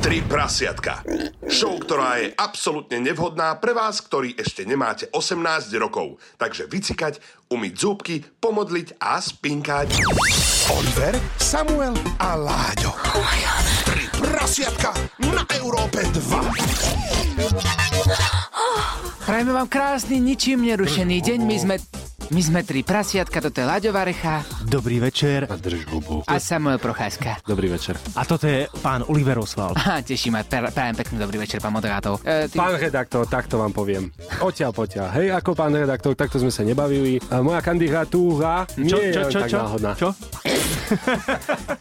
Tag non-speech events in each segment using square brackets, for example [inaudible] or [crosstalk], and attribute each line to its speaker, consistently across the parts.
Speaker 1: Tri prasiatka. Show, ktorá je absolútne nevhodná pre vás, ktorí ešte nemáte 18 rokov. Takže vycikať, umyť zúbky, pomodliť a spinkať.
Speaker 2: Oliver, Samuel a Láďo. Tri prasiatka na Európe 2.
Speaker 3: Prajme vám krásny, ničím nerušený deň. My sme, my sme tri prasiatka, toto je Laďová Recha
Speaker 4: Dobrý večer.
Speaker 3: a Samuel Procházka.
Speaker 5: Dobrý večer.
Speaker 4: A toto je pán Oliver Osval.
Speaker 3: Ha, teší ma, pra- prajem pekný dobrý večer, pán moderátor. E, ty,
Speaker 5: Pán redaktor, takto vám poviem. Odtiaľ potiaľ. Hej, ako pán redaktor, takto sme sa nebavili. A moja kandidatúra nie je len tak náhodná.
Speaker 4: čo?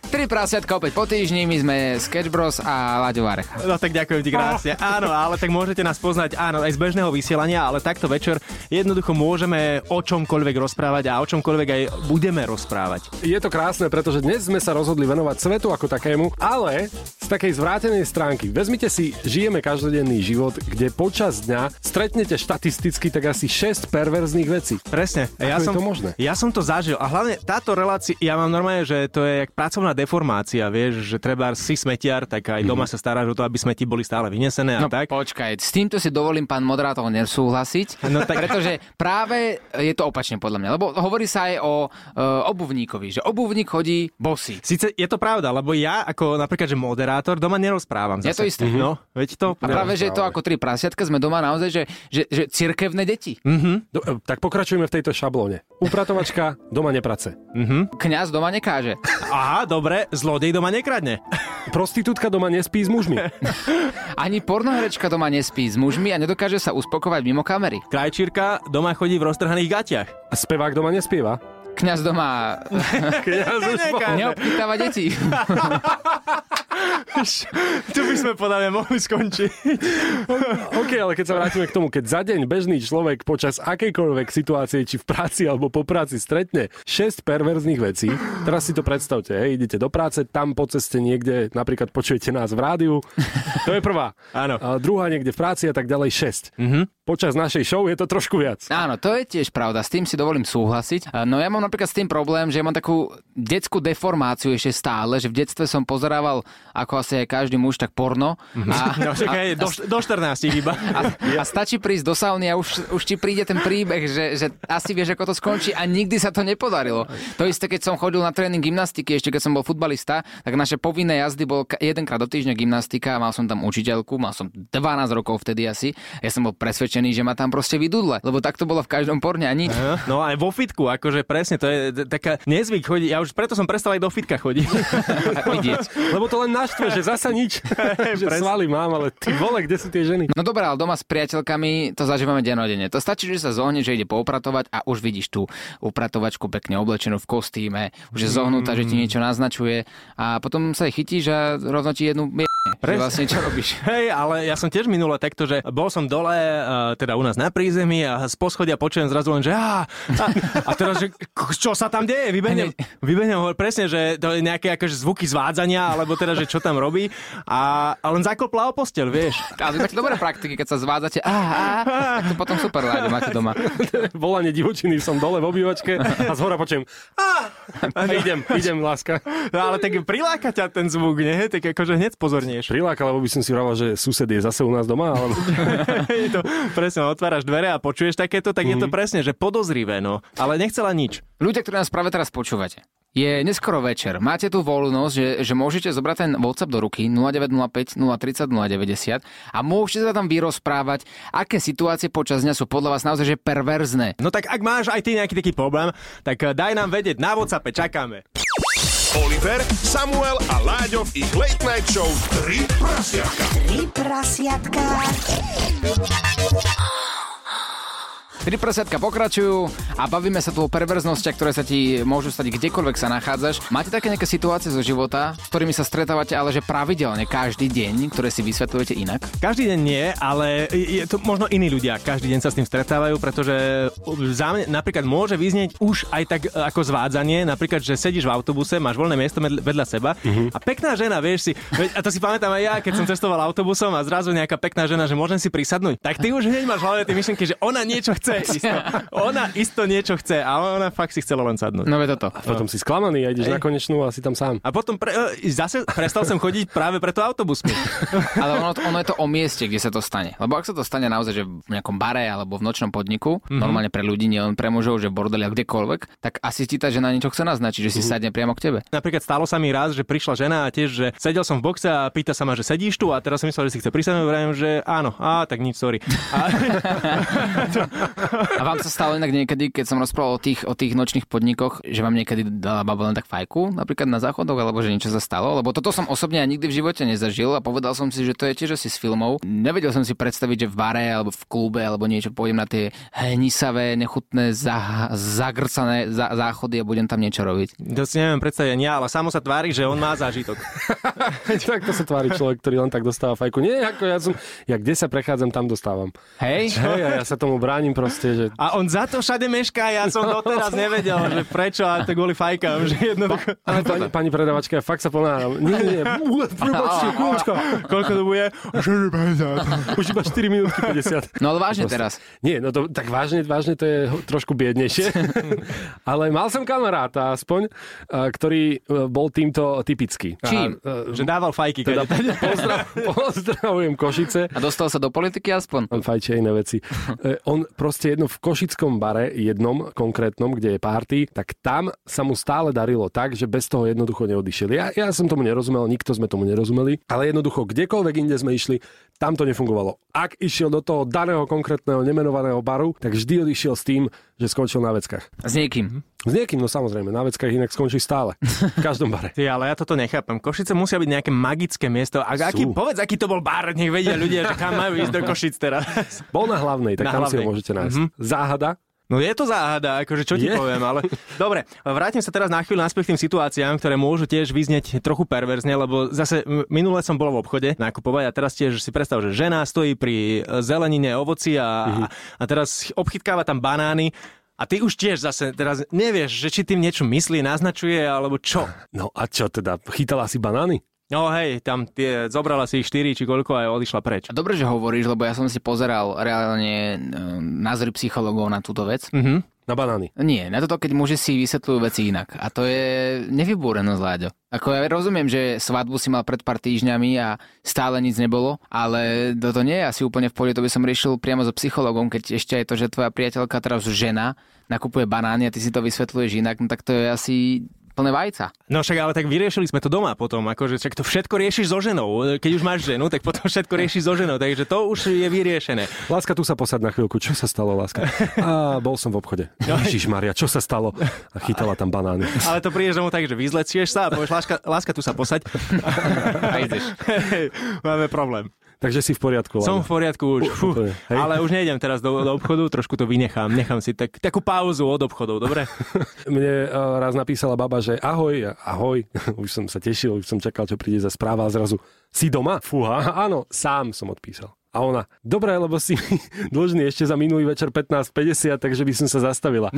Speaker 3: tri prasiatka opäť po týždni, my sme Sketch Bros a Laďová Recha.
Speaker 4: No tak ďakujem ti krásne.
Speaker 5: Ah.
Speaker 4: Áno, ale tak môžete nás poznať áno, aj z bežného vysielania, ale takto večer jednoducho môžeme o čomkoľvek rozprávať a o čomkoľvek aj budeme rozprávať.
Speaker 5: Je to krásne, pretože dnes sme sa rozhodli venovať svetu ako takému, ale z takej zvrátenej stránky. Vezmite si, žijeme každodenný život, kde počas dňa stretnete štatisticky tak asi 6 perverzných vecí.
Speaker 4: Presne. ja
Speaker 5: je
Speaker 4: som,
Speaker 5: to možné?
Speaker 4: Ja som to zažil a hlavne táto relácia, ja mám normálne, že to je jak pracovná deformácia, vieš, že treba si smetiar, tak aj
Speaker 5: Mhm.
Speaker 4: doma sa staráš o to, aby smeti boli stále vynesené a
Speaker 3: No
Speaker 4: tak.
Speaker 3: počkaj, s týmto si dovolím pán moderátor nesúhlasiť, no,
Speaker 4: No
Speaker 3: tak...
Speaker 4: tak-
Speaker 3: pretože práve je to opačne podľa mňa, lebo hovorí sa aj o e, obuvníkovi, že obuvník chodí bosy.
Speaker 4: Sice je to pravda, lebo ja ako napríklad, že moderátor doma nerozprávam.
Speaker 3: Je
Speaker 4: Zase.
Speaker 3: to isté.
Speaker 4: No, veď to...
Speaker 3: A práve, že je to ako tri prasiatka, sme doma naozaj, že, že, že cirkevné deti.
Speaker 5: Do, e, tak pokračujeme v tejto šablóne. Upratovačka doma neprace.
Speaker 3: Kňaz doma nekáže.
Speaker 4: Aha, dobre, zlodej doma nekradne.
Speaker 5: Prostitútka doma nespí s mužmi.
Speaker 3: Ani pornoherečka doma nespí s mužmi a nedokáže sa uspokovať mimo kamery.
Speaker 4: Krajčírka doma chodí v roztrhaných gatiach.
Speaker 5: Spevák doma nespieva.
Speaker 3: Kňaz doma
Speaker 5: Kňaz už
Speaker 4: Nekáže.
Speaker 3: neobchytáva deti.
Speaker 4: tu by sme podľa mňa mohli skončiť.
Speaker 5: OK, ale keď sa vrátime k tomu, keď za deň bežný človek počas akejkoľvek situácie, či v práci alebo po práci stretne 6 perverzných vecí, teraz si to predstavte, hej, idete do práce, tam po ceste niekde, napríklad počujete nás v rádiu, to je prvá.
Speaker 4: Áno. Mhm.
Speaker 5: A druhá niekde v práci a tak ďalej 6. Mm-hmm. Počas našej show je to trošku viac.
Speaker 3: Áno, to je tiež pravda, s tým si dovolím súhlasiť. A No ja mám napríklad s tým problém, že ja mám takú detskú deformáciu ešte stále, že v detstve som pozerával, ako asi aj každý muž, tak porno. A,
Speaker 4: No, čakaj, do, do 14 iba.
Speaker 3: a, a stačí prísť do sauny a už, už ti príde ten príbeh, že, že asi vieš, ako to skončí a nikdy sa to nepodarilo. To isté, keď som chodil na tréning gymnastiky, ešte keď som bol futbalista, tak naše povinné jazdy bol ka- jedenkrát do týždňa gymnastika a mal som tam učiteľku, mal som 12 rokov vtedy asi. Ja som bol presvedčený, že ma tam proste vydudle, lebo tak to bolo v každom porne a nič.
Speaker 4: No aj vo fitku, akože presne, to je t- taká nezvyk chodiť. Ja už preto som prestal aj do fitka chodiť.
Speaker 3: vidieť.
Speaker 5: Lebo to len naštve, že zasa
Speaker 4: [laughs]
Speaker 5: nič. že
Speaker 4: Presne.
Speaker 5: svaly mám, ale ty vole, kde sú tie
Speaker 4: [laughs]
Speaker 5: ženy?
Speaker 3: No dobré, ale doma s priateľkami to zažívame denodene. To stačí, že sa zohne, že ide poupratovať a už vidíš tú upratovačku pekne oblečenú v kostýme, už je zohnutá, že ti niečo naznačuje a potom sa jej chytíš a rovno ti jednu je, že
Speaker 4: Presne.
Speaker 3: vlastne čo robíš.
Speaker 4: Hej, ale ja som tiež minule takto, že bol som dole, eh, teda u nás na prízemí a z poschodia počujem zrazu len, že á, a, a teraz, že k- čo sa tam deje, vybehnem, vybehnem hore, presne, že to je nejaké akože zvuky zvádzania, alebo teda, že čo tam robí a, a len zaklopla o postel, vieš.
Speaker 3: Ale to je také dobré praktiky, keď sa zvádzate, á, á, tak to potom super rádi máte doma.
Speaker 5: Volanie divočiny som dole v obývačke a zhora počujem. A idem, idem, láska.
Speaker 4: No, ale tak priláka ťa ten zvuk, nie? Tak akože hneď pozornejš.
Speaker 5: Priláka, lebo by som si vraval, že sused je zase u nás doma,
Speaker 3: [laughs]
Speaker 5: alebo
Speaker 4: Je to, presne, otváraš dvere a počuješ takéto, tak mm-hmm. je to presne, že podozrivé, no. Ale nechcela nič.
Speaker 3: Ľudia, ktorí nás práve teraz počúvate, je neskoro večer, máte tú voľnosť, že, že môžete zobrať ten WhatsApp do ruky 0905 030 090 a môžete sa tam vyrozprávať, aké situácie počas dňa sú podľa vás naozaj že perverzné.
Speaker 4: No tak ak máš aj ty nejaký taký problém, tak eh, daj nám vedieť, na WhatsAppe čakáme.
Speaker 2: Oliver, Samuel a Láďo v ich Late Night Show 3 prasiatka.
Speaker 6: Tri prasiatka.
Speaker 3: Tri prsiatka pokračujú a bavíme sa tu o perverznostiach, ktoré sa ti môžu stať kdekoľvek sa nachádzaš. Máte také nejaké situácie zo života, s ktorými sa stretávate, ale že pravidelne každý deň, ktoré si vysvetľujete inak?
Speaker 4: Každý deň nie, ale je to možno iní ľudia. Každý deň sa s tým stretávajú, pretože za mňa napríklad môže vyznieť už aj tak e, ako zvádzanie, napríklad, že sedíš v autobuse, máš voľné miesto medl- vedľa seba a pekná žena, vieš si, veď- a to si pamätám aj ja, keď som cestoval autobusom a zrazu nejaká pekná žena, že môžem si prisadnúť, tak ty už hneď máš v hlave tie myšlienky, že ona niečo chce. chce isto. Ona isto niečo chce, ale ona fakt si chcela len sadnúť.
Speaker 3: No veď toto.
Speaker 5: Potom si sklamaný a ideš na konečnú a si tam sám.
Speaker 4: A potom pre, e, zase prestal som chodiť práve preto autobusmi.
Speaker 3: Ale ono, ono je to o mieste, kde sa to stane. Lebo ak sa to stane naozaj, že v nejakom bare alebo v nočnom podniku, mm-hmm. normálne pre ľudí, nielen pre mužov, že v bordeli a kdekoľvek, tak asi ti tá žena niečo chce naznačiť, že si sadne priamo k tebe.
Speaker 4: Napríklad stalo sa mi raz, že prišla žena a tiež, že sedel som v boxe a pýta sa ma, že sedíš tu a teraz som myslel, že si chce prísť, hovorím, že áno, a tak nič, sorry. A, [laughs]
Speaker 3: A vám sa stalo inak niekedy, keď som rozprával o tých, o tých nočných podnikoch, že vám niekedy dala baba len tak fajku, napríklad na záchodoch, alebo že niečo sa stalo? Lebo toto som osobne ja nikdy v živote nezažil a povedal som si, že to je tiež asi z filmov. Nevedel som si predstaviť, že v bare alebo v klube alebo niečo pôjdem na tie hnisavé, nechutné, zah- zagrcané za- záchody a budem tam niečo robiť.
Speaker 4: to si neviem predstaviť ani ja, ale samo sa tvári, že on má zážitok.
Speaker 5: [laughs] tak to sa tvári človek, ktorý len tak dostáva fajku. Nie, ako ja som, ja kde sa prechádzam, tam dostávam.
Speaker 3: Hej?
Speaker 5: Hej, a ja sa tomu bránim proste, že
Speaker 4: A on za to všade mešká, ja som doteraz nevedel, že prečo a to kvôli fajkám, že jednoducho...
Speaker 5: ale pani, pani predavačka, ja fakt sa ponáhľam. Nie,
Speaker 3: [laughs]
Speaker 5: nie, nie, bú, prebočte, chvíľočko.
Speaker 4: Koľko to bude?
Speaker 5: Už iba 4 minútky 50.
Speaker 3: No ale vážne teraz.
Speaker 5: Nie, no to, tak vážne, vážne to je ho- trošku
Speaker 3: [laughs]
Speaker 5: biednejšie. Ale mal som kamaráta aspoň, a, ktorý e, bol týmto typický.
Speaker 3: Čím?
Speaker 5: A, e,
Speaker 4: Že dával fajky.
Speaker 5: Teda
Speaker 4: Teda...
Speaker 5: pozdrav, pozdravujem Košice.
Speaker 3: A dostal sa do politiky aspoň?
Speaker 5: On fajčí aj iné
Speaker 4: [laughs]
Speaker 5: veci. E, On proste jedno v košickom bare, jednom konkrétnom, kde je party, tak tam sa mu stále darilo tak, že bez toho jednoducho neodišiel. Ja, ja som tomu nerozumel, nikto sme tomu nerozumeli, ale jednoducho kdekoľvek inde sme išli, tam to nefungovalo. Ak išiel do toho daného konkrétneho nemenovaného baru, tak vždy odišiel s tým, že skončil na veckách.
Speaker 3: S niekým.
Speaker 5: S niekým, no samozrejme, na veckách inak skončí stále. V každom bare.
Speaker 4: Ty, ale ja toto nechápem. Košice musia byť nejaké magické miesto. A aký, povedz, aký to bol bar, nech vedia ľudia, že kam majú ísť do Košic teraz.
Speaker 5: Bol na hlavnej, tak
Speaker 4: Na
Speaker 5: tam si
Speaker 4: hlavnej.
Speaker 5: ho
Speaker 4: Mhm.
Speaker 5: môžete nájsť. Záhada,
Speaker 4: No je to záhada, akože čo ti
Speaker 5: Je.
Speaker 4: poviem, ale... Dobre, vrátim sa teraz na chvíľu naspäť k tým situáciám, ktoré môžu tiež vyznieť trochu perverzne, lebo zase m, minule som bol v obchode nakupovať a teraz tiež si predstav, že žena stojí pri e, zelenine, ovoci a, a teraz obchytkáva tam banány a ty už tiež zase teraz nevieš, že či tým niečo myslí, naznačuje alebo čo.
Speaker 5: No a čo teda, chytala si banány?
Speaker 4: No hej, tam tie, zobrala si ich 4 či koľko a odišla preč.
Speaker 3: A Dobre, že hovoríš, lebo ja som si pozeral reálne e, názory psychológov na túto vec.
Speaker 4: Mhm.
Speaker 5: Na banány.
Speaker 3: Nie, na toto, keď muži si vysvetľujú veci inak. A to je nevybúrenosť, Láďo. Ako ja rozumiem, že svadbu si mal pred pár týždňami a stále nič nebolo, ale toto nie je asi úplne v pohode, to by som riešil priamo so psychologom, keď ešte aj to, že tvoja priateľka teraz žena nakupuje banány a ty si to vysvetľuješ inak, no tak to je asi plné vajca.
Speaker 4: No však ale tak vyriešili sme to doma potom, akože však to všetko riešiš so ženou. Keď už máš ženu, tak potom všetko riešiš so ženou, takže to už je vyriešené.
Speaker 5: Láska, tu sa posad na chvíľku. Čo sa stalo, Láska? A bol som v obchode. Ježiš Maria, čo sa stalo? A chytala tam banány.
Speaker 4: Ale to prídeš domov tak, že vyzlecieš sa a povieš, láska, láska tu sa posaď.
Speaker 3: [laughs] A ideš.
Speaker 4: Hej, Máme problém.
Speaker 5: Takže si v poriadku,
Speaker 4: Som
Speaker 5: Láďo.
Speaker 4: v poriadku už. Fú,
Speaker 5: úplne, hej.
Speaker 4: ale už nejdem teraz do, do obchodu, trošku to vynechám. Nechám si tak, takú pauzu od obchodov, dobre?
Speaker 5: [laughs] Mne eh, raz napísala baba, že ahoj, ja, ahoj. [laughs] Už som sa tešil, už som čakal, čo príde za správa a zrazu si doma? Fúha, áno, sám som odpísal. A ona, dobre, lebo si mi [laughs] dlžný ešte za minulý večer 15.50, takže by som sa zastavila.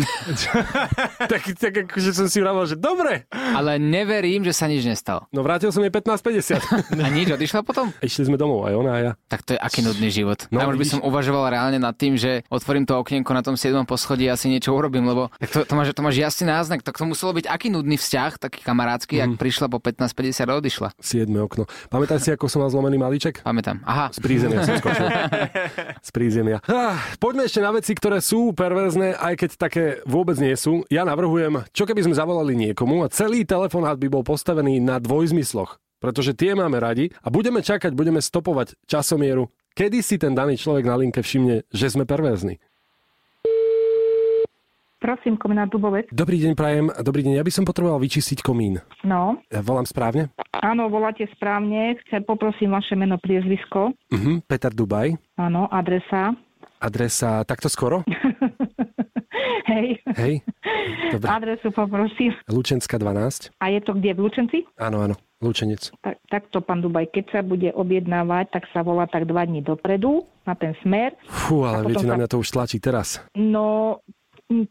Speaker 5: tak, tak akože som si vravel, že dobre.
Speaker 3: Ale neverím, že sa nič nestalo.
Speaker 5: No vrátil som jej 15.50.
Speaker 3: A nič, odišla potom?
Speaker 5: Išli sme domov, aj ona a ja.
Speaker 3: Tak to je aký nudný život. No,
Speaker 5: No,
Speaker 3: Tam už by
Speaker 5: vidíš.
Speaker 3: som uvažoval reálne nad tým, že otvorím to okienko na tom 7. poschodí a si niečo urobím, lebo tak to, to, máš, to máš jasný náznak. Tak to muselo byť aký nudný vzťah, taký kamarádsky, mm. ak prišla po 15-50 a odišla.
Speaker 5: 7. okno. Pamätáš si, ako som mal zlomený malíček?
Speaker 3: Pamätám. Aha,
Speaker 5: Z prízemia som skočil. Z prízemia. Ah, poďme ešte na veci, ktoré sú perverzné, aj keď také vôbec nie sú. Ja navrhujem, čo keby sme zavolali niekomu a celý telefonát by bol postavený na dvojzmysloch. Pretože tie máme radi a budeme čakať, budeme stopovať časomieru, kedy si ten daný človek na linke všimne, že sme perverzní.
Speaker 6: Prosím, komina Dubovec.
Speaker 5: Dobrý deň, Prajem. Dobrý deň, ja by som potreboval vyčistiť komín.
Speaker 6: No,
Speaker 5: Ja Volám správne?
Speaker 6: áno, voláte správne. Chcem, poprosím vaše meno, priezvisko.
Speaker 5: Mhm, Peter Dubaj.
Speaker 6: Áno, adresa. [laughs]
Speaker 5: Adresa takto skoro?
Speaker 6: Hej,
Speaker 5: Hej. Dobre.
Speaker 6: adresu poprosím.
Speaker 5: Lučenská 12.
Speaker 6: A je to kde? V Lučenci?
Speaker 5: Áno, áno. Lučenec.
Speaker 6: Tak, takto, pán Dubaj, keď sa bude objednávať, tak sa volá tak dva dní dopredu na ten smer.
Speaker 5: Fú, ale
Speaker 6: potom
Speaker 5: viete, na
Speaker 6: sa-
Speaker 5: mňa to už tlačí teraz.
Speaker 6: No, mm,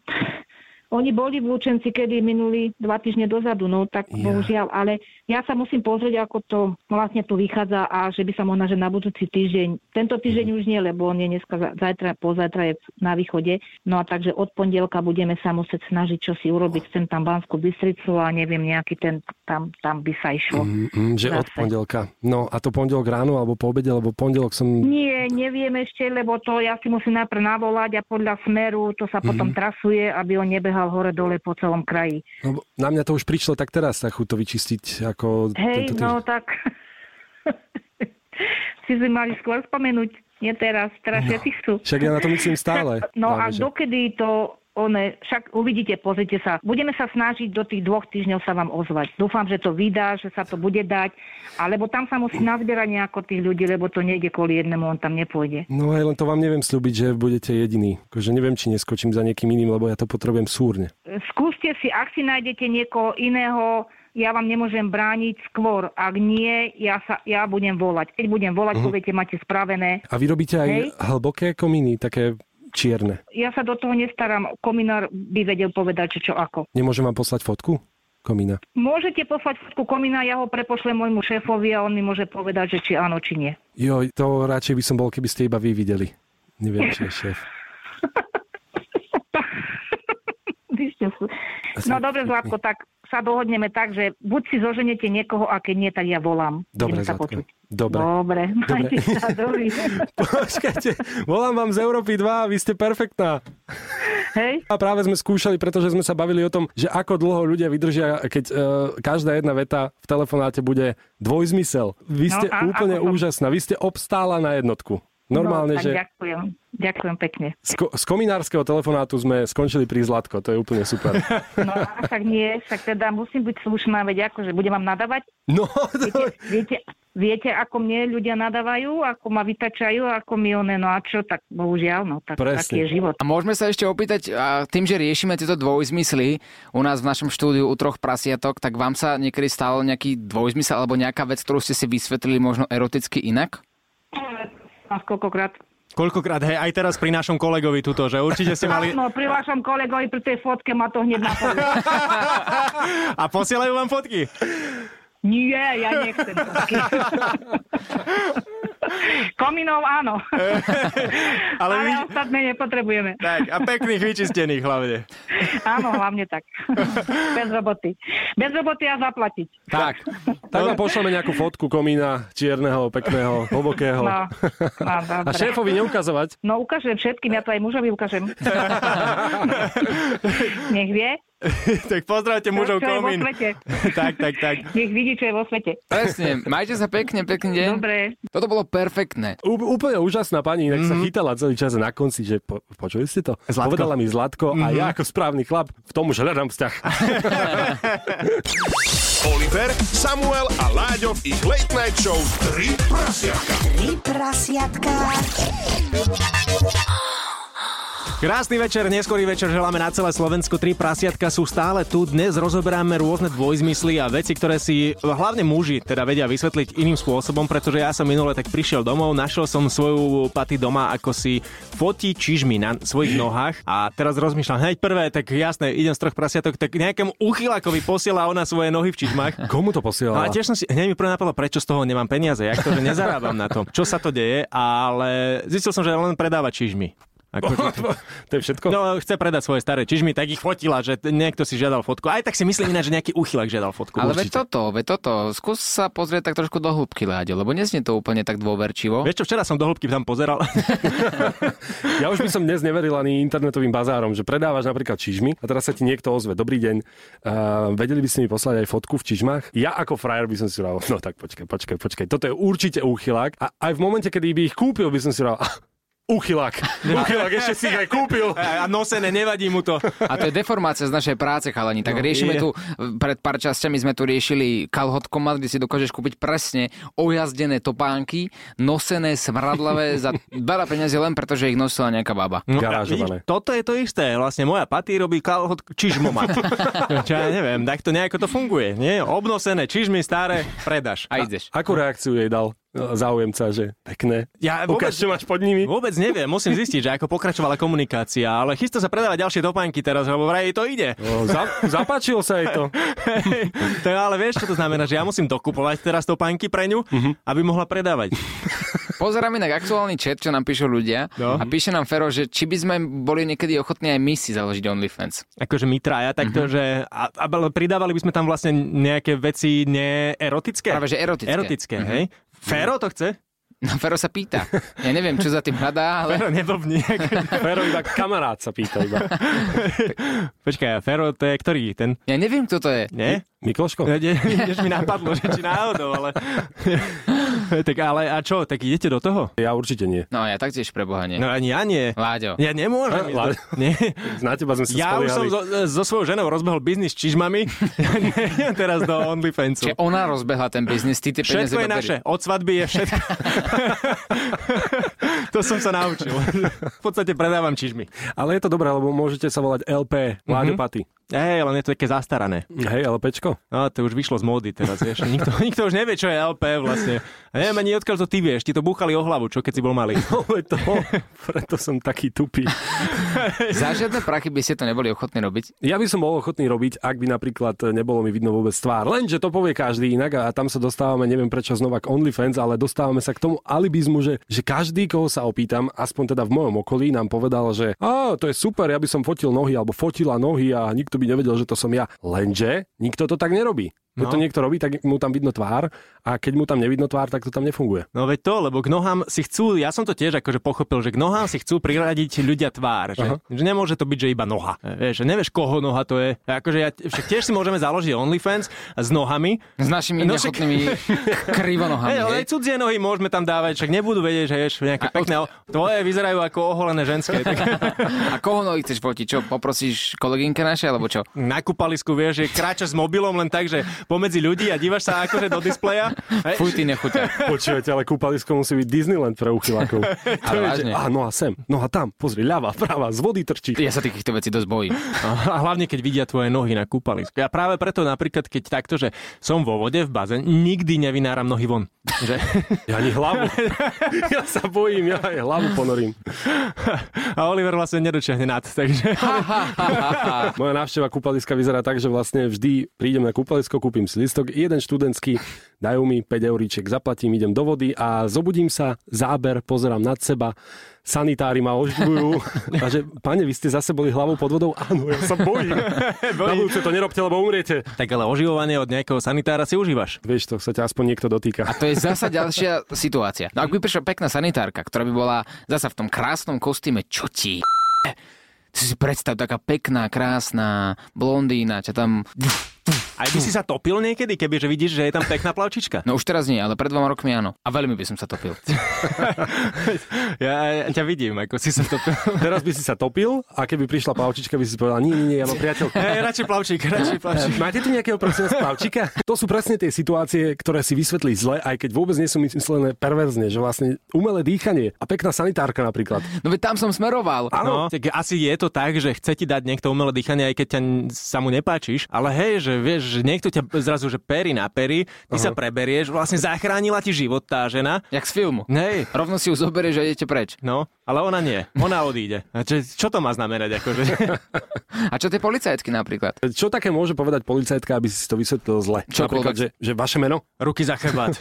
Speaker 6: Oni boli v Lučenci, kedy minuli dva týždne dozadu, no tak ja. bohužiaľ, ale ja sa musím pozrieť, ako to vlastne tu vychádza a že by sa mohla, že na budúci týždeň, tento týždeň už nie, lebo on je dneska, za- zajtra, pozajtra je na východe, no a takže od pondelka budeme sa musieť snažiť, čo si urobiť, chcem tam Banskú Bystricu a neviem, nejaký ten, tam, tam by sa išlo.
Speaker 5: Mm, že od
Speaker 6: Zase.
Speaker 5: pondelka. No a to pondelok ráno alebo po obede, lebo pondelok som...
Speaker 6: Nie, neviem ešte, lebo to ja si musím najprv navolať a podľa smeru to sa potom trasuje, aby on nebehal hore-dole po celom kraji.
Speaker 5: No, na mňa to už prišlo tak teraz, tak chuť to vyčistiť ako tento
Speaker 6: Hej, no
Speaker 5: týždeň.
Speaker 6: tak [laughs] si sme mali skôr spomenúť, nie teraz, teraz všetci chcú.
Speaker 5: No. Však ja na to myslím stále.
Speaker 6: No a
Speaker 5: práve, že.
Speaker 6: dokedy to one, však uvidíte, pozrite sa. Budeme sa snažiť do tých dvoch týždňov sa vám ozvať. Dúfam, že to vydá, že sa to bude dať, alebo tam sa musí nazbierať nejako tých ľudí, lebo to nejde kvôli jednému, on tam nepôjde.
Speaker 5: No hej, len to vám neviem slúbiť, že budete jediný. Akože neviem, či neskočím za niekým iným, lebo ja to potrebujem súrne.
Speaker 6: skúste si, ak si nájdete niekoho iného, ja vám nemôžem brániť skôr. Ak nie, ja, sa, ja budem volať. Keď budem volať,
Speaker 5: Mhm.
Speaker 6: poviete, máte spravené.
Speaker 5: A vy robíte aj
Speaker 6: Hej.
Speaker 5: hlboké komíny, také čierne.
Speaker 6: Ja sa do toho nestaram. Kominár by vedel povedať, čo, čo ako.
Speaker 5: Nemôžem vám poslať fotku? Komína.
Speaker 6: Môžete poslať fotku komina, ja ho prepošlem môjmu šéfovi a on mi môže povedať, že či áno, či nie. [laughs]
Speaker 5: Jo, to radšej by som bol, keby ste iba vy videli. Neviem, či je šéf.
Speaker 6: Vy ste sú- No dobre, Zlatko, tak sa dohodneme tak, že buď si zoženete niekoho a keď nie, tak ja volám.
Speaker 5: Dobre,
Speaker 6: Budeme sa No.
Speaker 5: Zlatko.
Speaker 6: počuť.
Speaker 5: Dobre.
Speaker 6: Dobre. [laughs] Majte sa, dobrý.
Speaker 5: [laughs] Počkajte, volám vám z Európy 2, vy ste perfektná.
Speaker 6: Hej.
Speaker 5: A práve sme skúšali, pretože sme sa bavili o tom, že ako dlho ľudia vydržia, keď e, každá jedna veta v telefonáte bude dvojzmysel. Vy
Speaker 6: No
Speaker 5: ste
Speaker 6: a
Speaker 5: úplne
Speaker 6: ako som-
Speaker 5: úžasná, vy ste obstála na jednotku. Normálne,
Speaker 6: no, tak
Speaker 5: že
Speaker 6: Ďakujem, ďakujem pekne.
Speaker 5: z, ko- z kominárskeho telefonátu sme skončili pri Zlatko, to je úplne super.
Speaker 6: No a však nie, však teda musím byť slušná, veď akože budem vám nadávať.
Speaker 5: [laughs] No,
Speaker 6: Viete,
Speaker 5: to...
Speaker 6: viete, viete, ako mne ľudia nadávajú, ako ma vytačajú, ako mi one, no a čo, tak bohužiaľ, no tak,
Speaker 5: Presne.
Speaker 6: taký je život.
Speaker 3: A môžeme sa ešte opýtať, a tým, že riešime tieto dvojzmysly u nás v našom štúdiu u troch prasiatok, tak vám sa niekedy stalo nejaký dvojzmysel alebo nejaká vec, ktorú ste si vysvetlili možno eroticky inak?
Speaker 6: A koľkokrát.
Speaker 4: Koľkokrát, hej, aj teraz pri našom kolegovi tuto, že určite ste mali...
Speaker 6: Áno, pri vašom kolegovi pri tej fotke ma to hneď napadlo.
Speaker 4: [laughs] A posielajú vám fotky.
Speaker 6: Nie, ja
Speaker 4: [laughs]
Speaker 6: nechcem fotky. Kominov áno,
Speaker 4: Eh, Ale
Speaker 6: ale
Speaker 4: vy...
Speaker 6: ostatné nepotrebujeme.
Speaker 4: Tak, a pekných vyčistených hlavne. [laughs]
Speaker 6: Áno, hlavne tak. Bez roboty. Bez roboty a zaplatiť.
Speaker 3: Tak.
Speaker 5: tak vám pošleme nejakú fotku komína čierneho, pekného, hlbokého.
Speaker 6: No, no,
Speaker 5: A
Speaker 6: dobre.
Speaker 5: šéfovi neukazovať.
Speaker 6: No ukážem všetkým, ja to aj mužovi
Speaker 4: [laughs]
Speaker 6: ukážem. Nech vie,
Speaker 4: tak pozdravte mužov
Speaker 6: čo je vo
Speaker 4: komín.
Speaker 6: svete.
Speaker 4: [laughs] tak, tak, tak.
Speaker 6: Nech vidí, čo je vo svete.
Speaker 3: Presne, majte sa pekne, pekný deň.
Speaker 6: Dobre.
Speaker 3: Toto bolo perfektné.
Speaker 5: Ú, úplne úžasná pani, inak mm-hmm. sa chytala celý čas na konci, že po, počuli ste to?
Speaker 4: Zlatko.
Speaker 5: Povedala mi Zlatko mm-hmm. a ja ako správny chlap v tom už hľadám vzťah.
Speaker 2: Oliver, Samuel a Láďov ich Late Night Show 3 prasiatka.
Speaker 7: Tri prasiatka.
Speaker 4: Krásny večer, neskorý večer želáme na celé Slovensko. Tri prasiatka sú stále tu. Dnes rozoberáme rôzne dvojzmysly a veci, ktoré si hlavne muži teda vedia vysvetliť iným spôsobom, pretože ja som minule tak prišiel domov, našiel som svoju paty doma, ako si fotí čižmy na svojich nohách a teraz rozmýšľam, hneď prvé, tak jasné, idem z troch prasiatok, tak nejakému uchylakovi posiela ona svoje nohy v čižmách.
Speaker 5: Komu
Speaker 4: No
Speaker 5: to
Speaker 4: a
Speaker 5: posielala?
Speaker 4: tiež som si, hneď mi prvé napadlo, prečo z toho nemám peniaze, jak to, že nezarábam na tom. Čo sa to deje, ale zistil som, že len predáva čižmy.
Speaker 5: [laughs]
Speaker 4: Akože,
Speaker 5: To je všetko?
Speaker 4: no, chce predať svoje staré čižmy, tak ich fotila, že t- niekto si žiadal fotku. Aj tak si myslím ináč, že nejaký uchylak žiadal fotku.
Speaker 3: Ale veď
Speaker 4: určite.
Speaker 3: toto, veď toto, skús sa pozrieť tak trošku do hĺbky, Láďo, lebo neznie to úplne tak dôverčivo.
Speaker 4: Vieš čo, včera som do hĺbky
Speaker 3: [laughs]
Speaker 4: tam pozeral.
Speaker 5: Ja už by som dnes neveril ani internetovým bazárom, že predávaš napríklad čižmy a teraz sa ti niekto ozve. Dobrý deň, uh, vedeli by ste mi poslať aj fotku v čižmách? Ja ako frajer by som si dal, no tak počkaj, počkaj, počkaj, toto je určite úchylák a aj v momente, kedy by ich kúpil, by som si dal, uchylák, uchylák, ešte si ich aj kúpil.
Speaker 4: a nosené, nevadí mu to.
Speaker 3: A to je deformácia z našej práce, chalani. Tak
Speaker 4: No,
Speaker 3: riešime
Speaker 4: je.
Speaker 3: tu, pred pár časťami sme tu riešili kalhotkomat, kde si dokážeš kúpiť presne ojazdené topánky, nosené, smradlavé
Speaker 4: [laughs]
Speaker 3: za veľa peniazy len preto, že ich nosila nejaká baba.
Speaker 4: No, vidíš,
Speaker 5: Garážované.
Speaker 4: toto je to isté. Vlastne moja patý robí kalhot
Speaker 3: [laughs]
Speaker 4: čižmomat. Čo ja neviem, tak to nejako to funguje. Nie? Obnosené čižmy staré, predaš.
Speaker 3: A ideš.
Speaker 5: Akú reakciu jej dal? e, záujemca, že pekné.
Speaker 4: No. Ja
Speaker 5: Ukáž, čo máš pod nimi.
Speaker 4: Vôbec neviem, musím zistiť, že ako pokračovala komunikácia, ale chystá sa predávať ďalšie topánky teraz, lebo vraj jej to ide.
Speaker 5: O, za, zapáčilo sa jej to.
Speaker 4: Hej, to je- ale vieš, čo to znamená, že ja musím dokupovať teraz topánky pre ňu,
Speaker 3: Mhm.
Speaker 4: aby mohla predávať.
Speaker 3: Pozerám inak aktuálny chat, čo nám píšu ľudia no. a píše nám Fero, že či by sme boli niekedy ochotní aj my si založiť OnlyFans.
Speaker 4: Akože my traja
Speaker 3: Mhm.
Speaker 4: takto, že a, a, ale pridávali by sme tam vlastne nejaké veci neerotické.
Speaker 3: Práve že erotické. Mhm.
Speaker 4: Erotické, hej? Féro to chce?
Speaker 3: No Fero sa pýta. Ja neviem, čo za tým hľadá, ale...
Speaker 4: Féro neblbni.
Speaker 3: [laughs]
Speaker 5: Fero iba kamarát sa pýta iba.
Speaker 4: Počkaj, a Féro to je ktorý? Ten,
Speaker 3: Ja neviem, kto to je.
Speaker 4: nie?
Speaker 5: Mikloško?
Speaker 4: Ja, ne, než mi napadlo, že či náhodou,
Speaker 3: [laughs]
Speaker 4: ale... tak ale a čo, tak idete do toho?
Speaker 5: Ja určite nie.
Speaker 3: No ja taktiež pre Boha nie.
Speaker 4: No ani ja nie.
Speaker 3: Láďo.
Speaker 4: Ja nemôžem.
Speaker 5: A, [laughs]
Speaker 4: ísť do-
Speaker 5: Láďo.
Speaker 4: Nie.
Speaker 5: Na teba No, sme sa
Speaker 4: Ja už som
Speaker 5: spoliehali.
Speaker 4: so, so svojou ženou rozbehol biznis s čižmami. [laughs] Ja nejdem teraz do OnlyFansu.
Speaker 3: Čiže ona rozbehla ten biznis, ty tie peniaze
Speaker 4: Všetko je
Speaker 3: iba beri.
Speaker 4: naše. Od svadby je všetko. [laughs] to som sa naučil. V podstate predávam čižmy.
Speaker 5: Ale je to dobré, lebo môžete sa volať LP,
Speaker 4: Mhm.
Speaker 5: Láďo Paty.
Speaker 4: Hej, len je to také zastarané.
Speaker 5: Hej,
Speaker 4: [laughs]
Speaker 5: LPčko?
Speaker 4: No, to už vyšlo z módy teraz, vieš. Nikto, nikto už nevie, čo je LP vlastne. A neviem ani odkiaľ to ty vieš. Ti to búchali o hlavu, čo keď si bol malý.
Speaker 5: [laughs] Ale to, preto som taký tupý.
Speaker 3: Za žiadne prachy by ste to neboli ochotní robiť.
Speaker 5: Ja by som bol ochotný robiť, ak by napríklad nebolo mi vidno vôbec tvár. Lenže to povie každý inak a tam sa dostávame, neviem prečo znova k OnlyFans, ale dostávame sa k tomu alibizmu, že, že každý, koho sa opýtam, aspoň teda v mojom okolí, nám povedal, že a to je super, ja by som fotil nohy alebo fotila nohy a nikto by nevedel, že to som ja. Lenže nikto to tak nerobí. Keď no. to niekto robí, tak mu tam vidno tvár a keď mu tam nevidno tvár, tak to tam nefunguje.
Speaker 4: No veď to, lebo k nohám si chcú, ja som to tiež akože pochopil, že k nohám si chcú priradiť ľudia tvár, že, že nemôže to byť, že iba noha. E, Vieš, že nevieš, koho noha to je. Akože ja, však tiež si môžeme založiť OnlyFans s nohami.
Speaker 3: S našimi no,
Speaker 4: No však-
Speaker 3: nechutnými krivonohami.
Speaker 4: [laughs] Hej, ale
Speaker 3: hej?
Speaker 4: aj cudzie nohy môžeme tam dávať, však nebudú vedieť, že ješ nejaké pekné, o- tvoje vyzerajú ako oholené ženské. Tak [laughs]
Speaker 3: A koho nohy chceš fotiť? Čo, poprosíš kolegynke naše, alebo čo?
Speaker 4: na kúpalisku vieš, že kráčaš s mobilom len tak, že pomedzi ľudí a dívaš sa akože do displeja. Hej,
Speaker 3: Fuj, ty nechuťa.
Speaker 5: Počujete, ale kúpalisko musí byť Disneyland pre [laughs] uchylákov.
Speaker 3: Ale vážne.
Speaker 5: a no a sem, no a tam, pozri, ľava, práva, z vody trčí.
Speaker 3: Ja sa takýchto vecí dosť bojím.
Speaker 4: A hlavne, keď vidia tvoje nohy na kúpalisku. Ja práve preto napríklad, keď takto, že som vo vode v bazén, nikdy nevynáram nohy von. Že? [laughs]
Speaker 5: Ja ani hlavu. ja sa bojím, ja aj hlavu ponorím.
Speaker 4: A Oliver vlastne nedočiahne nad, takže...
Speaker 5: Moja návšteva kúpaliska vyzerá tak, že vlastne vždy prídem na kúpalisko, kúpim si listok, jeden študentský, dajú mi 5 euríček, zaplatím, idem do vody a zobudím sa, záber, pozerám nad seba, sanitári ma oždujú a že, pane, vy ste zase boli hlavou pod vodou? Áno, ja sa bojím. na budúce to nerobte, lebo umriete.
Speaker 4: Tak ale oživovanie od nejakého sanitára si užívaš.
Speaker 5: Vieš to, sa ťa aspoň niekto dotýka.
Speaker 3: To je zasa ďalšia situácia. No ak by prišla pekná sanitárka, ktorá by bola zasa v tom krásnom kostýme, čo ti je? Ty si predstav, taká pekná, krásna blondína, čo tam...
Speaker 4: Aj by si sa topil niekedy, keby že vidíš, že je tam pekná plavčička.
Speaker 3: No už teraz nie, ale pred dvoma rokmi áno. A veľmi by som sa topil.
Speaker 4: Ja, ja ťa vidím, ako si sa topil.
Speaker 5: [laughs] Teraz by si sa topil a keby prišla pavčička, by si povedal, nie, nie, nie, ja mám priateľku.
Speaker 4: Hej, radšej plavčík, radšej plavčík.
Speaker 5: Ehm, Máte tu nejakého prosím vás plavčíka? To sú presne tie situácie, ktoré si vysvetlí zle, aj keď vôbec nie sú myslené perverzne, že vlastne umelé dýchanie a pekná sanitárka napríklad.
Speaker 3: No veď tam som smeroval.
Speaker 4: Áno. No, tak asi je to tak, že chce ti dať niekto umelé dýchanie, aj keď ťa n- sa mu nepáčiš, ale hej, že vieš, že niekto ťa zrazu, že pery na pery, ty sa preberieš, vlastne zachránila ti život tá žena.
Speaker 3: Jak z filmu.
Speaker 4: Hej,
Speaker 3: Rovno si ju zoberieš a idete preč.
Speaker 4: no, ale ona nie, ona odíde. A čo, čo to má znamenať, akože? [laughs]
Speaker 3: A čo tie policajtky napríklad?
Speaker 5: Čo také môže povedať policajtka, aby si to vysvetlil zle?
Speaker 3: Čokoľvek.
Speaker 5: Napríklad, že, že vaše meno?
Speaker 4: Ruky za chrbát.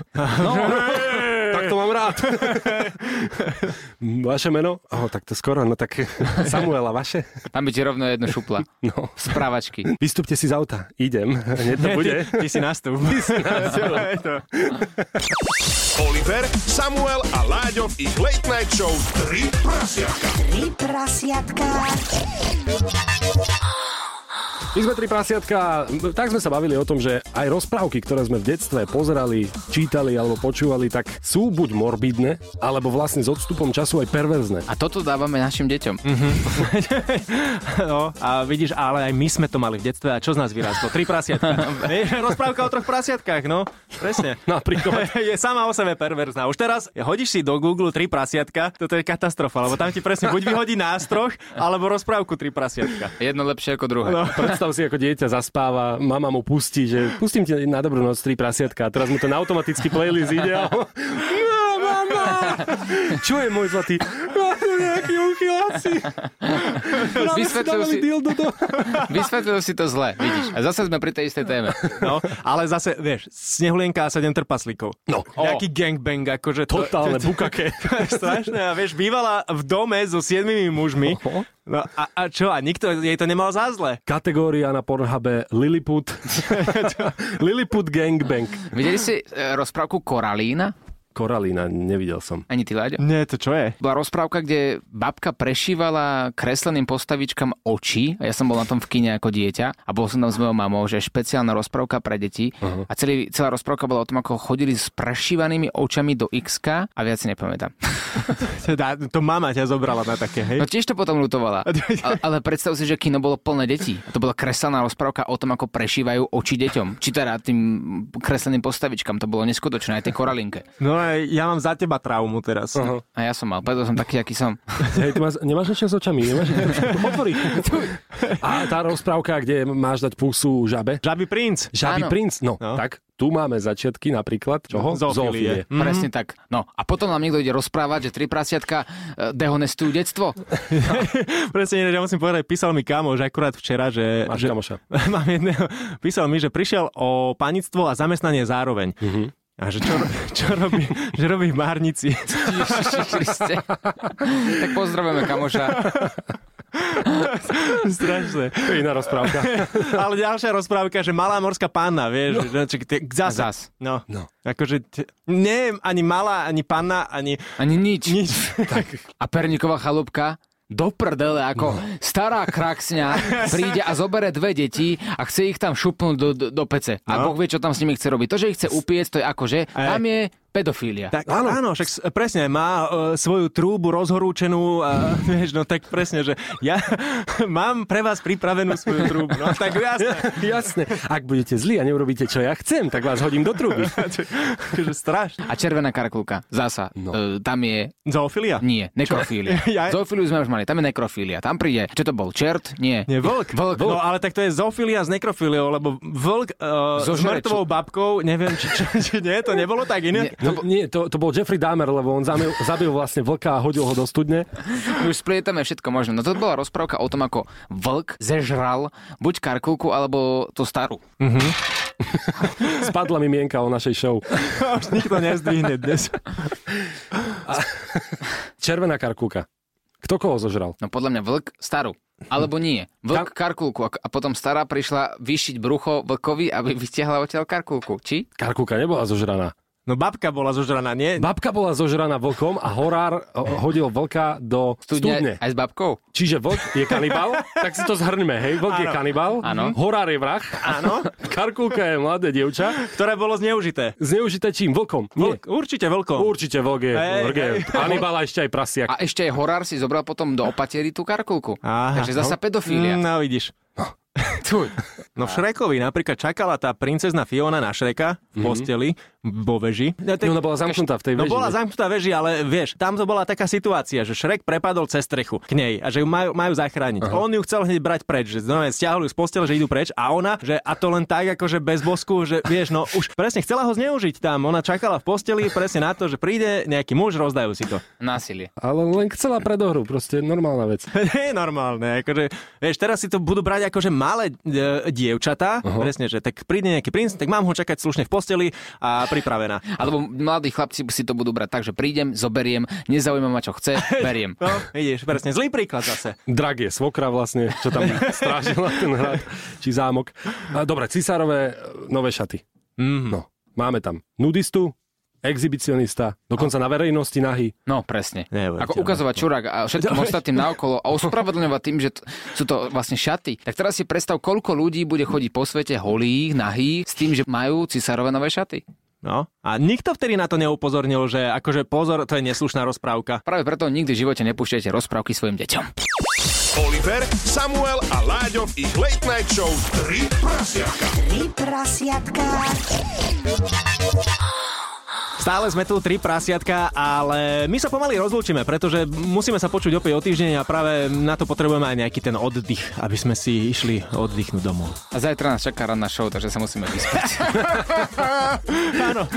Speaker 5: Tak to mám rád. vaše meno? Oh, tak to skoro, no tak Samuela, vaše?
Speaker 3: Tam by ti rovno jedno šupla.
Speaker 5: No.
Speaker 3: Správačky.
Speaker 5: Vystúpte si z auta. Idem. [laughs] Hneď to bude.
Speaker 4: Ty, ty si nastup. [laughs] Ty si nastup. [laughs] to.
Speaker 2: Oliver, Samuel a Láďo v ich Late Night Show 3 prasiatka.
Speaker 7: Tri prasiatka.
Speaker 5: My sme tri prasiatka, tak sme sa bavili o tom, že aj rozprávky, ktoré sme v detstve pozerali, čítali alebo počúvali, tak sú buď morbidné, alebo vlastne s odstupom času aj perverzné.
Speaker 3: A toto dávame našim deťom.
Speaker 4: No, a vidíš, ale aj my sme to mali v detstve a čo z nás vyrástlo? Tri [laughs] prasiatka. Vieš, Rozprávka o troch prasiatkách, no. Presne.
Speaker 5: Napríklad.
Speaker 3: [laughs]
Speaker 4: [laughs] je sama o sebe perverzná. Už teraz hodíš si do Google tri prasiatka, toto je katastrofa, lebo tam ti presne buď vyhodí nástroch, alebo rozprávku tri prasiatka.
Speaker 3: Jedno lepšie ako druhé.
Speaker 5: Predstav si, ako dieťa zaspáva, mama
Speaker 3: [laughs]
Speaker 5: mu pustí, že pustím ti na dobrú noc tri prasiatka a teraz mu to na automaticky playlist ide a on- Čo je môj zlatý? Á, to nejakí
Speaker 3: [laughs]
Speaker 5: uchyláci. Práve si
Speaker 3: Vysvetlil
Speaker 5: dávali
Speaker 3: si-
Speaker 5: dildo
Speaker 3: [laughs]
Speaker 5: do...
Speaker 3: Vysvetlil si to zle, vidíš. A zase sme pri tej istej téme.
Speaker 4: No, ale zase, vieš, Snehulienka a sedem trpaslíkov. No. Nejaký gangbang, akože to...
Speaker 5: Totálne bukake.
Speaker 4: [laughs] To je strašné. A vieš, bývala v dome so siedmimi mužmi. No a, a čo? A nikto jej to nemal za zle.
Speaker 5: Kategória na Pornhube Lilliput. Lilliput Gangbang.
Speaker 3: Videli si e, rozprávku Koralína?
Speaker 5: Koralína, nevidel som.
Speaker 3: Ani ty, Láďo?
Speaker 4: Nie, to čo je?
Speaker 3: Bola rozprávka, kde babka prešívala kresleným postavičkám oči a ja som bol na tom v kine ako dieťa a bol som tam s mojou mamou, že špeciálna rozprávka pre deti uh-huh. a celý, celá rozprávka bola o tom, ako chodili s prešívanými očami do x a viac si nepamätám.
Speaker 4: Teda, to mama ťa zobrala na také, hej?
Speaker 3: No tiež to potom lutovala. Ale, ale predstav si, že kino bolo plné detí. To bola kreslená rozprávka o tom, ako prešívajú oči deťom. Či teda tým kresleným postavičkám. To bolo neskutočné aj tej koralinke.
Speaker 4: [laughs] No a ja mám za teba traumu teraz.
Speaker 5: Aha.
Speaker 3: A ja som mal, preto som taký, aký som.
Speaker 5: Hej, ty máš, nemáš niečo s očami? Nemáš Otvori. A tá rozprávka, kde máš dať pusu žabe?
Speaker 4: Žaby princ.
Speaker 3: Áno.
Speaker 5: Žabý princ? No,
Speaker 4: No.
Speaker 5: tak tu máme začiatky napríklad čoho?
Speaker 4: Zoofilie.
Speaker 3: Mm-hmm. Presne tak. No a potom nám niekto ide rozprávať, že tri prasiatka e, dehonestujú detstvo.
Speaker 4: Presne, ináč, ja musím povedať, písal mi kamoš akurát včera, že...
Speaker 5: Máš
Speaker 4: že
Speaker 5: kamoša.
Speaker 4: [laughs] Mám jedného. Písal mi, že prišiel o panictvo a zamestnanie zároveň. Mm-hmm. A že čo, [laughs] čo robí, že robí v márnici. [laughs]
Speaker 3: Ježiši Kriste. [laughs] tak pozdravujeme kamoša.
Speaker 4: Strašné.
Speaker 5: To je iná rozprávka.
Speaker 4: Ale ďalšia rozprávka, že malá morská panna, vieš, že, že, že zase.
Speaker 3: Zas.
Speaker 4: No.
Speaker 5: No.
Speaker 4: Akože, t- neviem, ani malá, ani panna, ani
Speaker 3: Ani nič. [laughs]
Speaker 4: nič.
Speaker 3: A Perníková chalúbka do prdele, ako no. stará
Speaker 4: [laughs]
Speaker 3: kraksňa príde a zobere dve deti a chce ich tam šupnúť do, do, do pece. A
Speaker 4: No.
Speaker 3: Boh vie, čo tam s nimi chce robiť. To, že ich chce upiec, to je akože,
Speaker 4: Ej.
Speaker 3: tam je pedofília.
Speaker 4: Tak, áno. áno, však s- presne, má e, svoju trúbu rozhorúčenú a [laughs] vieš, no tak presne, že ja [laughs] mám pre vás pripravenú svoju trúbu, no tak jasné.
Speaker 5: [laughs] Jasne. Ak budete zlí a neurobíte, čo ja chcem, tak vás hodím do truby.
Speaker 4: Že strašne.
Speaker 3: A červená karkulka, zasa, no. e, tam je,
Speaker 4: Zoofilia?
Speaker 3: nie, nekrofília.
Speaker 4: [laughs] Ja-
Speaker 3: Zoofíliu sme už mali, tam je nekrofília. Tam príde, čo to bol, čert? Nie.
Speaker 4: Nie, vlk.
Speaker 3: Vlk.
Speaker 4: No ale tak to je zofilia s nekrofiliou, lebo vlk uh,
Speaker 3: Zožere,
Speaker 4: s mŕtvou babkou, neviem, či, či, či nie, to nebolo tak iné.
Speaker 3: Nie.
Speaker 5: No, nie, to, to bol Jeffrey Dahmer, lebo on zamil, zabil vlastne vlka a hodil ho do studne.
Speaker 3: My Už splietame všetko možné. No to bola rozprávka o tom, ako vlk zežral buď karkulku, alebo tú starú.
Speaker 5: Spadla mi mienka o našej show.
Speaker 4: Už nikto nezdvihne dnes.
Speaker 5: Červená karkúka. Kto koho zožral?
Speaker 3: No podľa mňa vlk starú. Alebo nie. Vlk karkulku. A a potom stará prišla vyšiť brucho vlkovi, aby vytiahla odtiaľ karkulku. Či?
Speaker 5: Karkúka nebola zožraná.
Speaker 4: No babka bola zožraná, nie?
Speaker 5: Babka bola zožraná vlkom a horár ho- hodil vlka do studne.
Speaker 3: Aj s babkou.
Speaker 5: Čiže vlk je kanibal, tak si to zhrňme, hej, vlk je kanibal,
Speaker 3: Áno.
Speaker 5: horár je vrah, [laughs]
Speaker 4: Áno.
Speaker 5: karkulka je mladé dievča,
Speaker 4: Ktoré bolo zneužité.
Speaker 5: zneužité čím? Vlkom? Nie.
Speaker 4: Vlk, určite vlkom.
Speaker 5: Určite vlk je,
Speaker 4: Hej,
Speaker 5: vlk je.
Speaker 4: hej.
Speaker 5: kanibal a ešte aj prasiak.
Speaker 3: A ešte aj horár si zobral potom do opatery tú karkulku.
Speaker 4: Aha.
Speaker 3: Takže zasa
Speaker 4: Mm,
Speaker 3: pedofília.
Speaker 4: no vidíš.
Speaker 3: [laughs] Tuj.
Speaker 4: No v Šrekovi napríklad čakala tá princezna Fiona na Šreka
Speaker 3: Mhm.
Speaker 4: v posteli, vo veži. No, tak-
Speaker 5: No, ona bola zamknutá v tej
Speaker 4: No
Speaker 5: veži,
Speaker 4: bola
Speaker 5: ne?
Speaker 4: zamknutá veži, ale vieš, tam to bola taká situácia, že Šrek prepadol cez strechu k nej a že ju majú, majú zachrániť. Aha. On ju chcel hneď brať preč, že no, stiahol ju z postele, že idú preč a ona, že a to len tak akože bez bosku, že vieš, no už presne chcela ho zneužiť tam. Ona čakala v posteli presne na to, že príde nejaký muž, rozdajú si to. [laughs]
Speaker 3: Násilie.
Speaker 5: Ale len chcela predohru, proste normálna vec.
Speaker 4: Nie je normálne, akože, vieš, teraz si to budú brať akože malé e, dievčatá, uh-huh. presne, že tak príde nejaký princ, tak mám ho čakať slušne v posteli a pripravená.
Speaker 3: Alebo mladí chlapci si to budú brať tak, že prídem, zoberiem, nezaujíma ma čo
Speaker 4: [laughs]
Speaker 3: chce, beriem.
Speaker 4: No, vidíš, presne, zlý príklad zase.
Speaker 5: Drag je svokra vlastne,
Speaker 4: [laughs]
Speaker 5: čo tam strážila ten hrad, či zámok. A dobre, cisárové e, nové šaty.
Speaker 4: Mhm.
Speaker 5: Mm. No, máme tam nudistu, exhibicionista, dokonca na verejnosti nahy.
Speaker 4: [laughs]
Speaker 3: No, presne.
Speaker 4: Neuveriteľné.
Speaker 3: Ako ukazovať čurák a všetkým ostatným naokolo a ospravedlňovať tým, že t- sú to vlastne šaty. Tak teraz si predstav, koľko ľudí bude chodiť po svete holých, nahých, s tým, že majú cisárové nové šaty.
Speaker 4: No, a nikto vtedy na to neupozornil, že akože pozor, to je neslušná rozprávka.
Speaker 3: Práve preto nikdy v živote nepúšťajte rozprávky svojim deťom.
Speaker 2: Oliver, Samuel a Láďo v ich Late Night Show 3 prasiatka.
Speaker 7: Tri prasiatka.
Speaker 4: Stále sme tu tri prasiatka, ale my sa pomaly rozlúčime, pretože musíme sa počuť opäť o týždeň a práve na to potrebujeme aj nejaký ten oddych, aby sme si išli oddychnúť domov.
Speaker 3: A zajtra nás čaká ranná show, takže sa musíme vyspať.
Speaker 4: Áno.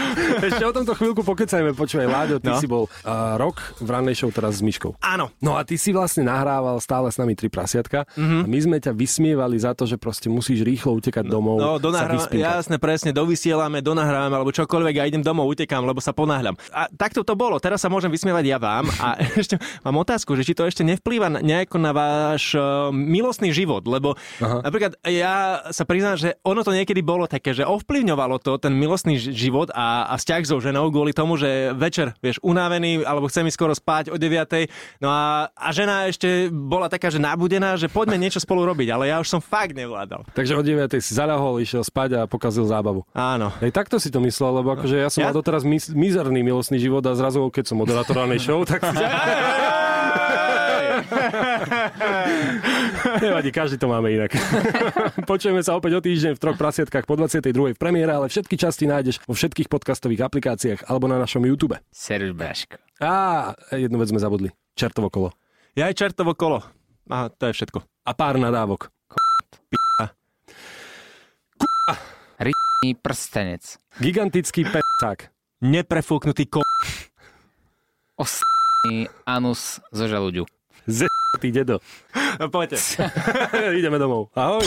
Speaker 5: Ešte o tomto chvíľku pokecajme. Počúvaj, Láďo,
Speaker 4: No.
Speaker 5: ty no. si bol uh, rok v rannej show teraz s Myškou.
Speaker 4: Áno.
Speaker 5: No a ty si vlastne nahrával stále s nami tri prasiatka mm-hmm. a my sme ťa vysmievali za to, že proste musíš rýchlo utekať domov,
Speaker 4: Mhm. No,
Speaker 5: sa
Speaker 4: donahrám,
Speaker 5: vyspinkať.
Speaker 4: jasne, presne, dovysielame, donahrávame alebo čokoľvek a idem domov, utekám, lebo sa ponáhľam. A takto to bolo, teraz sa môžem vysmievať ja vám a [laughs] ešte mám otázku, že či to ešte nevplýva na- nejako na váš uh, milostný život, lebo Aha. napríklad ja sa priznám, že ono to niekedy bolo také, že ovplyvňovalo to ten milostný ž- život a, a vzťah so ženou kvôli tomu, že večer, vieš, unavený alebo chcem ísť skoro spať o 9. No a, a žena ešte bola taká, že nabudená, že poďme niečo spolu robiť, ale ja už som fakt nevládal.
Speaker 5: Takže o 9. si zaľahol, išiel spať a pokazil zábavu.
Speaker 4: Áno.
Speaker 5: Aj takto si to myslel, lebo akože ja som
Speaker 4: Ja-
Speaker 5: ja? mal doteraz mis- mizerný milostný život a zrazu, keď som moderátor ranej show, tak si... Nevadí, každý to máme inak. [laughs] Počujeme sa opäť o týždeň v troch prasiatkách po 22. v premiére, ale všetky časti nájdeš vo všetkých podcastových aplikáciách alebo na našom YouTube.
Speaker 3: Serus Braško.
Speaker 5: Á, jednu vec sme zabudli. Čertovo kolo.
Speaker 4: Ja aj čertovo kolo. A to je všetko.
Speaker 5: A pár nadávok.
Speaker 3: I prstenec.
Speaker 5: Gigantický [laughs] pecák.
Speaker 4: Neprefúknutý ko...
Speaker 3: Osný anus zo žalúďu.
Speaker 5: Ze ty dedo. [laughs]
Speaker 4: No, poďte.
Speaker 5: Ideme domov. Ahoj.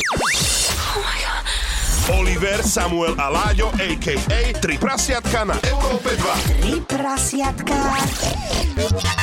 Speaker 2: Oliver, Samuel a Láďo, a.k.a. Tri prasiatka na Európe 2.
Speaker 7: Tri prasiatka.